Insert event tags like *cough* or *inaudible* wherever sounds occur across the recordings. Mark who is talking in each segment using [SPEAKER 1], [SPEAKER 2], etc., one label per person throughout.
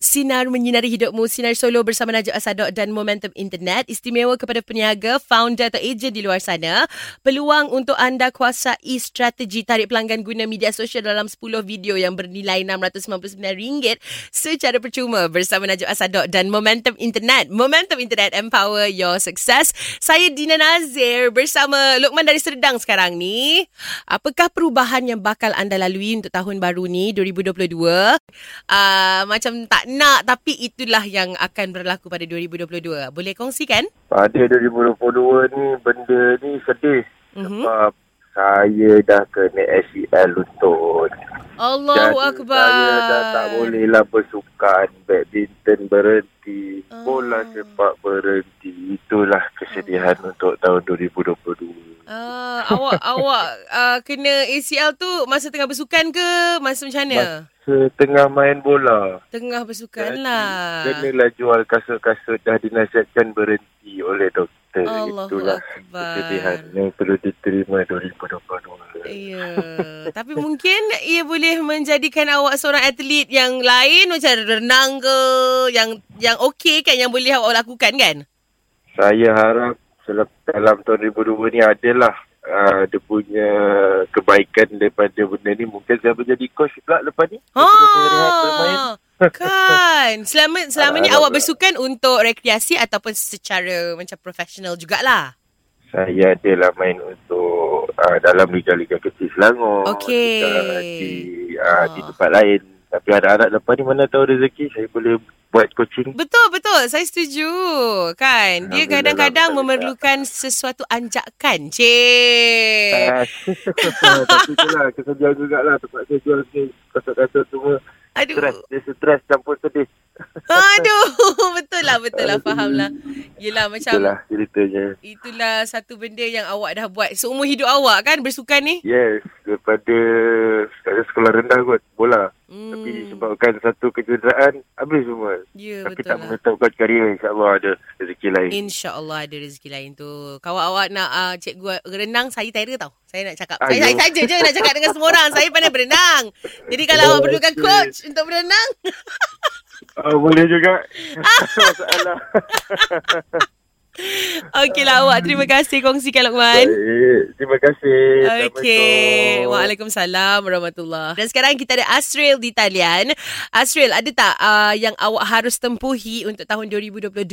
[SPEAKER 1] Sinar Menyinari Hidupmu, Sinar Solo bersama Najib Asadok dan Momentum Internet. Istimewa kepada peniaga, founder atau ejen di luar sana. Peluang untuk anda kuasai strategi tarik pelanggan guna media sosial dalam 10 video yang bernilai RM699 secara percuma bersama Najib Asadok dan Momentum Internet. Momentum Internet, empower your success. Saya Dina Nazir bersama Lokman dari Serdang sekarang ni. Apakah perubahan yang bakal anda lalui untuk tahun baru ni, 2022? uh, macam tak nak tapi itulah yang akan berlaku pada 2022. Boleh kongsikan?
[SPEAKER 2] Pada 2022 ni benda ni sedih
[SPEAKER 1] Mhm.
[SPEAKER 2] sebab saya dah kena ACL lutut.
[SPEAKER 1] Allahu
[SPEAKER 2] Jadi
[SPEAKER 1] akbar.
[SPEAKER 2] Saya dah tak bolehlah bersukan, badminton berhenti,
[SPEAKER 1] Ah.
[SPEAKER 2] bola sepak berhenti. Itulah kesedihan untuk tahun 2022.
[SPEAKER 1] Ah, awak awak uh, kena ACL tu masa tengah bersukan ke masa macam mana?
[SPEAKER 2] Setengah main bola.
[SPEAKER 1] tengah bersukan
[SPEAKER 2] Jadi,
[SPEAKER 1] lah.
[SPEAKER 2] Kenalah jual kasut-kasut dah dinasihatkan berhenti oleh doktor.
[SPEAKER 1] Allahu
[SPEAKER 2] Itulah
[SPEAKER 1] akbar.
[SPEAKER 2] kesedihan yang perlu diterima 2022.
[SPEAKER 1] Ya, tapi mungkin ia boleh menjadikan awak seorang atlet yang lain macam renang ke yang yang okey kan yang boleh awak lakukan kan?
[SPEAKER 2] Saya harap selep, dalam tahun 2002 ni adalah uh, dia punya kebaikan daripada benda ni. Mungkin saya boleh jadi coach pula lepas ni.
[SPEAKER 1] Ha.
[SPEAKER 2] Lepas saya rehat bermain.
[SPEAKER 1] Kan. Selama selama ni
[SPEAKER 2] Harap-
[SPEAKER 1] awak bersukan untuk rekreasi ataupun secara macam profesional jugalah.
[SPEAKER 2] Saya adalah main untuk uh, dalam liga-liga kecil Selangor.
[SPEAKER 1] Okey.
[SPEAKER 2] liga Di, uh,
[SPEAKER 1] Ah.
[SPEAKER 2] di tempat lain. Tapi harap-harap lepas ni mana tahu rezeki saya boleh buat coaching.
[SPEAKER 1] Betul betul, saya setuju. Kan, dia
[SPEAKER 2] Alhamdulillah,
[SPEAKER 1] kadang-kadang
[SPEAKER 2] betul juga.
[SPEAKER 1] memerlukan sesuatu anjakan. Cik.
[SPEAKER 2] Ah, *laughs* Tapi itulah kesedihan jugalah terpaksa jual sikit kasut-kasut semua. Stres,
[SPEAKER 1] Aduh.
[SPEAKER 2] dia stres campur sedih.
[SPEAKER 1] Aduh, *laughs* betul lah betul lah fahamlah. Yelah macam
[SPEAKER 2] Itulah ceritanya.
[SPEAKER 1] Itulah satu benda yang awak dah buat seumur hidup awak kan bersukan ni.
[SPEAKER 2] Yes, daripada saya sekolah rendah kot, bola. Hmm. Tapi disebabkan satu kecederaan, habis semua.
[SPEAKER 1] Ya
[SPEAKER 2] Tapi
[SPEAKER 1] betul
[SPEAKER 2] tak
[SPEAKER 1] lah.
[SPEAKER 2] menetapkan karya, insyaAllah ada rezeki lain.
[SPEAKER 1] InsyaAllah ada rezeki lain tu. Kawan awak nak uh, cikgu renang, saya tera tau. Saya nak cakap. Saya,
[SPEAKER 2] Ayo.
[SPEAKER 1] saya saja je nak cakap dengan semua orang. Saya pandai berenang. Jadi kalau awak perlukan
[SPEAKER 2] Oh, Okey.
[SPEAKER 1] coach untuk berenang, *laughs*
[SPEAKER 3] Ah,
[SPEAKER 2] Oh, boleh juga. Masalah.
[SPEAKER 1] okeylah awak. Terima kasih kongsikan Lokman.
[SPEAKER 2] Baik, terima kasih.
[SPEAKER 1] Okey.
[SPEAKER 2] Assalamualaikum.
[SPEAKER 1] Waalaikumsalam warahmatullahi Dan sekarang kita ada Asril di talian. Asril, ada tak uh, yang awak harus tempuhi untuk tahun 2022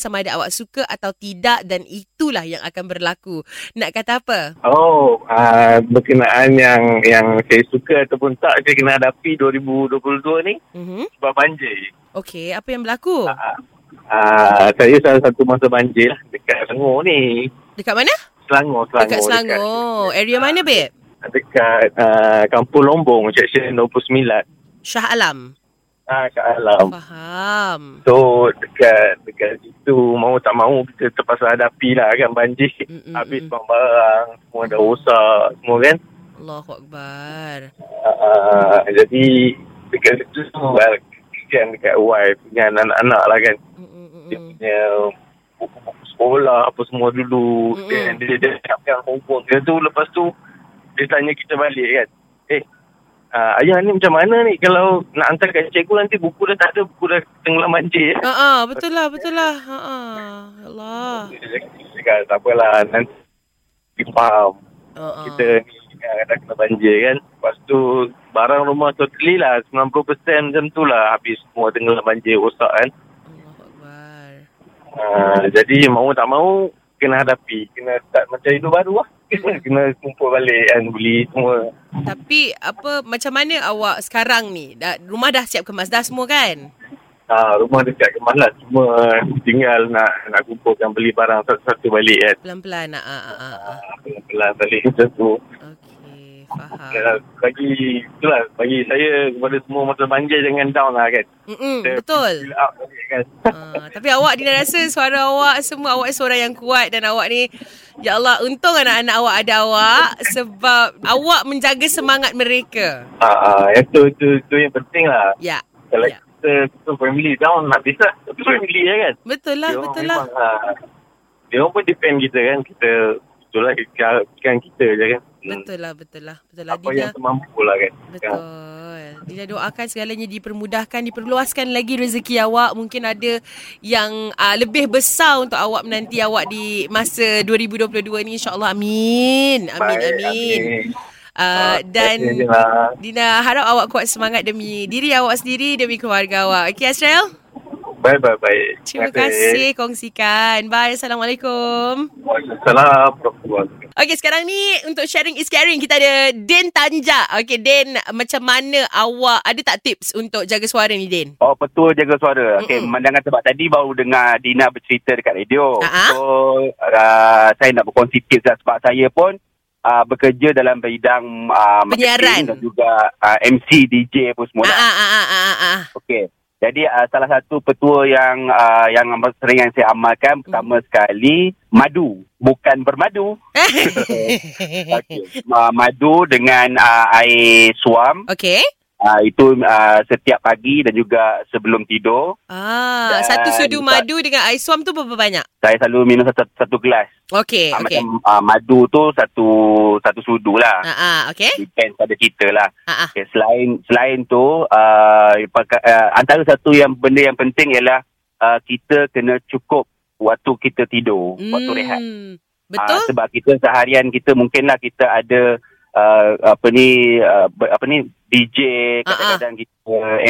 [SPEAKER 1] sama ada awak suka atau tidak dan itulah yang akan berlaku. Nak kata apa?
[SPEAKER 3] Oh, uh, berkenaan yang yang saya suka ataupun tak saya kena hadapi 2022 ni
[SPEAKER 1] Mhm.
[SPEAKER 3] sebab banjir.
[SPEAKER 1] Okey, apa yang berlaku?
[SPEAKER 3] Ah. Uh, saya salah satu masa banjir lah dekat Selangor ni.
[SPEAKER 1] Dekat mana?
[SPEAKER 3] Selangor, Selangor.
[SPEAKER 1] Dekat Selangor. Area mana,
[SPEAKER 3] Ah.
[SPEAKER 1] babe?
[SPEAKER 3] Dekat, dekat uh, Kampung Lombong, Section 29.
[SPEAKER 1] Shah Alam.
[SPEAKER 3] Ah, kat Alam.
[SPEAKER 1] Faham.
[SPEAKER 3] So, dekat dekat situ mau tak mau kita terpaksa hadapi lah kan banjir.
[SPEAKER 1] Mm-mm-mm.
[SPEAKER 3] Habis barang-barang, semua dah rosak, semua kan.
[SPEAKER 1] Allahu Akbar.
[SPEAKER 3] Ah, jadi dekat situ well, kesian dekat wife dengan anak-anak lah kan. Dia
[SPEAKER 1] Mm-mm-mm.
[SPEAKER 3] punya buku-buku sekolah apa semua dulu.
[SPEAKER 1] Mm-mm.
[SPEAKER 3] Dan dia, dia nak pegang kompon dia tu. Lepas tu dia tanya kita balik kan. Eh, ah, ayah ni macam mana ni kalau nak hantar kat cikgu nanti buku dah tak ada. Buku dah tenggelam banjir. ya.
[SPEAKER 1] Ha ah, betul lah, betul lah. Ha ah. Allah.
[SPEAKER 3] Dia cakap- dia cakap tak apalah nanti dia faham.
[SPEAKER 1] Ha ah.
[SPEAKER 3] kita ni uh, dah kena banjir kan. Lepas tu barang rumah totally lah 90% macam tu lah habis semua tenggelam banjir rosak kan.
[SPEAKER 1] Allahu Akbar.
[SPEAKER 3] Uh, jadi mau tak mau kena hadapi. Kena start macam hidup baru lah. Kena, kena kumpul balik kan beli semua.
[SPEAKER 1] Tapi apa macam mana awak sekarang ni? Dah, rumah dah siap kemas dah semua kan?
[SPEAKER 3] Uh, rumah dekat Kemalas semua tinggal nak nak kumpulkan beli barang satu-satu balik kan.
[SPEAKER 1] Pelan-pelan nak ah ah ah. ah.
[SPEAKER 3] Pelan balik macam tu.
[SPEAKER 1] Okey, faham.
[SPEAKER 3] Uh, bagi itulah bagi saya kepada semua masa banjir jangan down lah kan.
[SPEAKER 1] Mm-mm,
[SPEAKER 3] Kita
[SPEAKER 1] betul.
[SPEAKER 3] Chill out balik kan.
[SPEAKER 1] Ah, tapi awak Dina rasa suara awak semua awak seorang yang kuat dan awak ni ya Allah untung anak-anak awak ada awak sebab awak menjaga semangat mereka.
[SPEAKER 3] Ah, ah, itu, itu, itu yang penting lah.
[SPEAKER 1] Ya.
[SPEAKER 3] Kalau
[SPEAKER 1] Ya.
[SPEAKER 3] kita tu family down habis lah. Tapi family lah kan.
[SPEAKER 1] Betul lah,
[SPEAKER 3] Dia orang
[SPEAKER 1] betul lah.
[SPEAKER 3] memang, ah, dia orang pun depend kita kan. Kita betul lah kita harapkan kita je kan. Hmm,
[SPEAKER 1] Betul lah, betul lah. Betul lah
[SPEAKER 3] Apa yang
[SPEAKER 1] Dina.
[SPEAKER 3] semampu lah kan.
[SPEAKER 1] Betul. Kita doakan segalanya dipermudahkan, diperluaskan lagi rezeki awak. Mungkin ada yang uh, lebih besar untuk awak menanti awak di masa 2022 ni insya-Allah. Amin. Amin
[SPEAKER 3] Baik,
[SPEAKER 1] amin.
[SPEAKER 3] amin.
[SPEAKER 1] Uh,
[SPEAKER 3] Ah,
[SPEAKER 1] dan
[SPEAKER 3] saya je lah.
[SPEAKER 1] Dina harap awak kuat semangat demi diri awak sendiri, demi keluarga awak. Okey Azrael?
[SPEAKER 3] Baik, baik, baik.
[SPEAKER 1] Terima kasih kongsikan. Bye. Assalamualaikum.
[SPEAKER 3] Waalaikumsalam. warahmatullahi wabarakatuh.
[SPEAKER 1] Okey, sekarang ni untuk sharing is caring kita ada Din Tanja. Okey, Din, macam mana awak ada tak tips untuk jaga suara ni, Din?
[SPEAKER 4] Oh betul jaga suara. Okey,
[SPEAKER 1] Mm-mm.
[SPEAKER 4] pemandangan sebab tadi baru dengar Dina bercerita dekat radio.
[SPEAKER 1] Ah-ah.
[SPEAKER 4] Oh, So uh, saya nak berkongsi tips lah sebab saya pun uh, bekerja dalam bidang uh,
[SPEAKER 1] Penyiaran.
[SPEAKER 4] dan juga uh, MC DJ pun
[SPEAKER 1] Ah
[SPEAKER 4] semua. lah.
[SPEAKER 1] ah ah ah, ah ah.
[SPEAKER 4] Okey. Jadi uh, salah satu petua yang uh, yang amat sering yang saya amalkan pertama
[SPEAKER 1] Mm.
[SPEAKER 4] sekali madu, bukan
[SPEAKER 1] *laughs*
[SPEAKER 4] bermadu. Okey. Uh, madu dengan uh, air suam
[SPEAKER 1] Okey.
[SPEAKER 4] uh, itu uh, setiap pagi dan juga sebelum tidur.
[SPEAKER 1] Ah,
[SPEAKER 4] Dan
[SPEAKER 1] satu sudu
[SPEAKER 4] tak-
[SPEAKER 1] madu dengan air suam tu berapa banyak?
[SPEAKER 4] saya selalu minum satu, satu gelas.
[SPEAKER 1] Okey,
[SPEAKER 4] Okay.
[SPEAKER 1] okey.
[SPEAKER 4] Macam uh, madu tu satu satu sudu lah.
[SPEAKER 1] Ah ah, okey.
[SPEAKER 4] Depends pada kita lah.
[SPEAKER 1] Ah ah.
[SPEAKER 4] Okay, selain selain tu, uh, paka- uh, antara satu yang benda yang penting ialah uh, kita kena cukup waktu kita tidur, hmm. waktu rehat.
[SPEAKER 1] Hmm,
[SPEAKER 4] Ah,
[SPEAKER 1] Betul?
[SPEAKER 4] sebab kita seharian kita mungkinlah kita ada uh, apa ni uh, ber- apa ni DJ
[SPEAKER 1] Ah,
[SPEAKER 4] kadang-kadang kita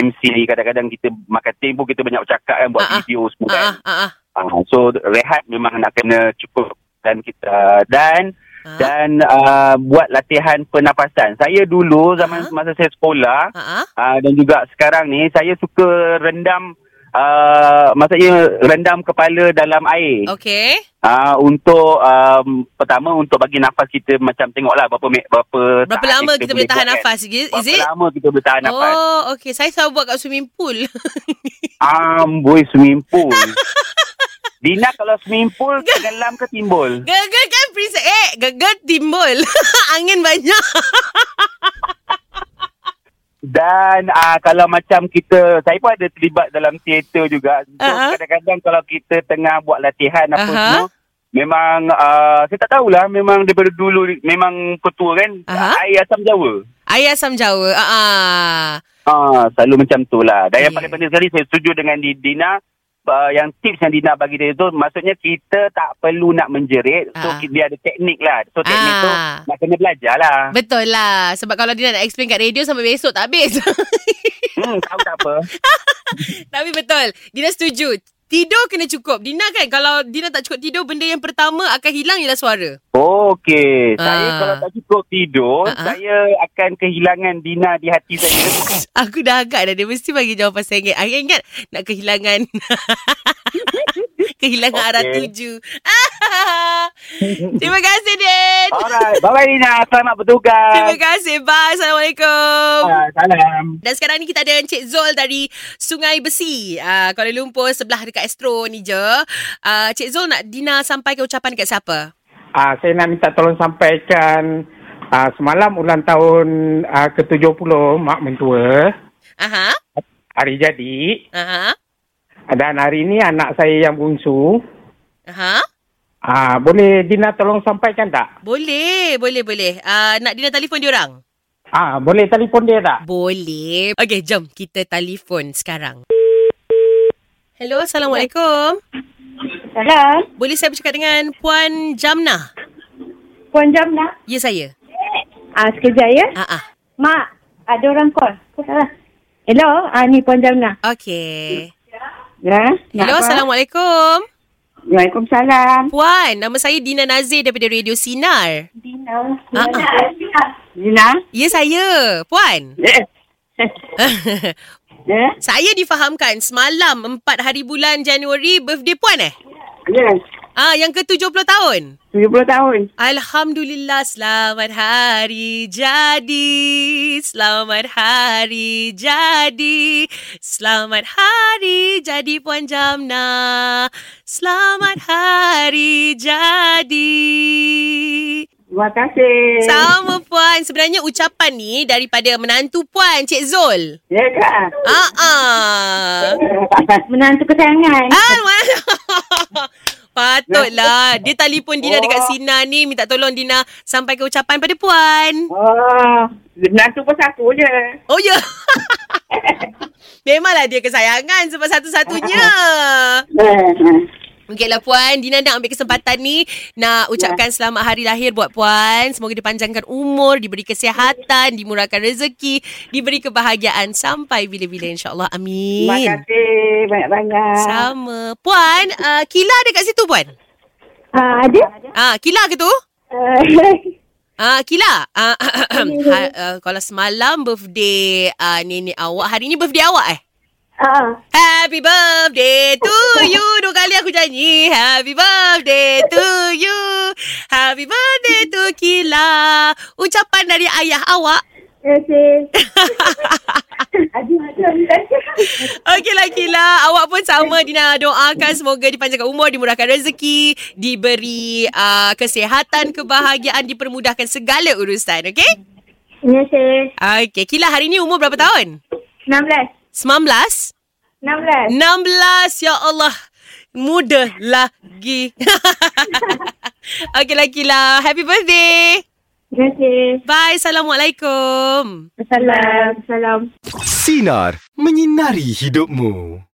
[SPEAKER 4] MC kadang-kadang kita marketing pun kita banyak bercakap kan buat
[SPEAKER 1] Ah, ah.
[SPEAKER 4] video semua kan.
[SPEAKER 1] Ah ah ah ah.
[SPEAKER 4] Uh, so rehat memang nak kena cukup dan kita dan
[SPEAKER 1] Ah,
[SPEAKER 4] dan uh, buat latihan pernafasan. Saya dulu
[SPEAKER 1] Ah.
[SPEAKER 4] zaman masa saya sekolah
[SPEAKER 1] Ah ah.
[SPEAKER 4] uh, dan juga sekarang ni saya suka rendam uh, maksudnya rendam kepala dalam air.
[SPEAKER 1] Okey.
[SPEAKER 4] Uh, untuk um, pertama untuk bagi nafas kita macam tengoklah berapa me- berapa
[SPEAKER 1] Berapa
[SPEAKER 4] saat yang
[SPEAKER 1] lama kita boleh tahan
[SPEAKER 4] buat, kan.
[SPEAKER 1] nafas? Is
[SPEAKER 4] Berapa
[SPEAKER 1] it?
[SPEAKER 4] lama kita boleh tahan nafas?
[SPEAKER 1] Oh, okey. Saya selalu buat kat swimming pool. *laughs*
[SPEAKER 4] Amboi swimming pool. Dina kalau
[SPEAKER 1] *laughs*
[SPEAKER 4] swimming pool tenggelam ke timbul?
[SPEAKER 1] Gegar kan prinsip Eh gegar timbul *laughs* Angin banyak
[SPEAKER 4] Dan uh, kalau macam kita, saya pun ada terlibat dalam teater juga. So,
[SPEAKER 1] Aha.
[SPEAKER 4] uh-huh. kadang-kadang kalau kita tengah buat latihan apa
[SPEAKER 1] Aha.
[SPEAKER 4] uh-huh. semua, memang uh, saya tak tahulah memang daripada dulu memang ketua kan
[SPEAKER 1] Aha.
[SPEAKER 4] uh-huh. air asam Jawa.
[SPEAKER 1] Air asam jawa ah, ah.
[SPEAKER 4] Ah, selalu macam tu lah. Dan yang
[SPEAKER 1] Yeah.
[SPEAKER 4] paling penting sekali saya setuju dengan Di- Dina uh, yang tips yang Dina bagi dia tu maksudnya kita tak perlu nak menjerit so
[SPEAKER 1] Ah.
[SPEAKER 4] ki- dia ada teknik lah. So teknik tu
[SPEAKER 1] Ah.
[SPEAKER 4] nak kena belajar lah.
[SPEAKER 1] Betul lah Sebab kalau dia nak explain kat radio Sampai besok tak habis *laughs*
[SPEAKER 4] hmm, tahu tak apa.
[SPEAKER 1] Tapi betul Dina setuju Tidur kena cukup Dina kan Kalau Dina tak cukup tidur Benda yang pertama akan hilang Ialah suara
[SPEAKER 4] Oh, Okey,
[SPEAKER 1] Ah.
[SPEAKER 4] saya kalau tak cukup tidur,
[SPEAKER 1] Ah, ah.
[SPEAKER 4] saya akan kehilangan Dina di hati
[SPEAKER 1] *laughs*
[SPEAKER 4] saya.
[SPEAKER 1] Aku dah agak dah Dia mesti bagi jawapan sengit Aku ingat Nak kehilangan *laughs* Kehilangan
[SPEAKER 4] Okey.
[SPEAKER 1] arah tuju *laughs* Terima kasih Din
[SPEAKER 4] Alright, bye-bye Dina. Selamat bertugas.
[SPEAKER 1] Terima kasih Bye Assalamualaikum
[SPEAKER 4] Ah, salam.
[SPEAKER 1] Dan sekarang ni kita ada Encik Zul dari Sungai Besi. Uh, Kuala Lumpur sebelah dekat Astro ni je. Uh, Encik Zul nak Dina sampaikan ucapan dekat siapa?
[SPEAKER 5] Ah, saya nak minta tolong sampaikan ah, semalam ulang tahun ah, ke-70 mak mentua
[SPEAKER 1] Aha.
[SPEAKER 5] hari jadi
[SPEAKER 1] Aha.
[SPEAKER 5] dan hari ini anak saya yang bungsu
[SPEAKER 1] Aha.
[SPEAKER 5] ah, boleh Dina tolong sampaikan tak?
[SPEAKER 1] Boleh, boleh, boleh. Uh, nak Dina telefon diorang?
[SPEAKER 5] Ah, boleh telefon dia tak?
[SPEAKER 1] Boleh. Okey, jom kita telefon sekarang. Hello, Assalamualaikum.
[SPEAKER 6] Hello,
[SPEAKER 1] Boleh saya bercakap dengan Puan Jamnah?
[SPEAKER 6] Puan Jam nak?
[SPEAKER 1] Ya, saya.
[SPEAKER 6] Ah, sekejap ya.
[SPEAKER 1] Ah, ah.
[SPEAKER 6] Mak, ada orang call. Kau salah. Hello, ah, ni Puan Jam nak.
[SPEAKER 1] Okey.
[SPEAKER 6] Ya, nak
[SPEAKER 1] Hello,
[SPEAKER 6] apa?
[SPEAKER 1] Assalamualaikum.
[SPEAKER 6] Waalaikumsalam.
[SPEAKER 1] Puan, nama saya Dina Nazir daripada Radio Sinar.
[SPEAKER 6] Dina.
[SPEAKER 1] Ah,
[SPEAKER 6] Dina.
[SPEAKER 1] Ya saya, puan. *laughs*
[SPEAKER 6] Eh. *laughs* Eh.
[SPEAKER 1] saya difahamkan semalam 4 hari bulan Januari birthday puan eh?
[SPEAKER 6] Ya,
[SPEAKER 1] Ah yang ke-70 tahun.
[SPEAKER 6] 70 tahun.
[SPEAKER 1] Alhamdulillah selamat hari jadi. Selamat hari jadi. Selamat hari jadi puan Jamna. Selamat hari jadi.
[SPEAKER 6] Terima kasih.
[SPEAKER 1] Sama puan. Sebenarnya ucapan ni daripada menantu puan Cik Zul.
[SPEAKER 6] Ya kak.
[SPEAKER 1] Ah ah.
[SPEAKER 6] Menantu kesayangan.
[SPEAKER 1] Ah, mana? *laughs* Patutlah. Dia telefon Dina dekat Sina ni. Minta tolong Dina sampai ke ucapan pada Puan.
[SPEAKER 6] *laughs* Oh, dengan tu pun satu je.
[SPEAKER 1] Oh, ya. *laughs* Memanglah dia kesayangan sebab
[SPEAKER 6] *laughs*
[SPEAKER 1] satu-satunya.
[SPEAKER 6] Hmm.
[SPEAKER 1] Okeylah Puan, Dina nak ambil kesempatan ni nak ucapkan
[SPEAKER 6] Ya.
[SPEAKER 1] selamat hari lahir buat Puan. Semoga dipanjangkan umur, diberi kesihatan, dimurahkan rezeki, diberi kebahagiaan sampai bila-bila insyaAllah.
[SPEAKER 6] Terima
[SPEAKER 1] Amin.
[SPEAKER 6] kasih banyak-banyak.
[SPEAKER 1] Sama. Puan, uh, Kila dekat situ Puan?
[SPEAKER 6] Ah, ada? *laughs*
[SPEAKER 1] Ah, Kila ke tu?
[SPEAKER 6] Uh,
[SPEAKER 1] Ah, Kila, ah, *coughs* ha- ah, kalau semalam birthday ah, nenek awak, hari ni birthday awak eh?
[SPEAKER 6] Ah,
[SPEAKER 1] Happy birthday to you Dua kali aku nyanyi Happy birthday to you Happy birthday to Kila Ucapan dari ayah awak
[SPEAKER 6] terima kasih. *laughs* Aduh, aduh, aduh.
[SPEAKER 1] Okeylah lah, Kila Awak pun sama Dina doakan Semoga dipanjangkan umur Dimurahkan rezeki Diberi uh, kesihatan Kebahagiaan Dipermudahkan segala urusan Okey
[SPEAKER 6] Terima kasih.
[SPEAKER 1] Okey Kila hari ni umur berapa tahun?
[SPEAKER 6] 16.
[SPEAKER 1] 19?
[SPEAKER 6] 16.
[SPEAKER 1] 16 ya Allah muda lagi. *laughs* Okeylah Kila. Happy birthday. Hmm.
[SPEAKER 6] Terima kasih.
[SPEAKER 1] Bye. Assalamualaikum.
[SPEAKER 6] Assalam. Assalam.
[SPEAKER 7] Sinar. Menyinari hidupmu.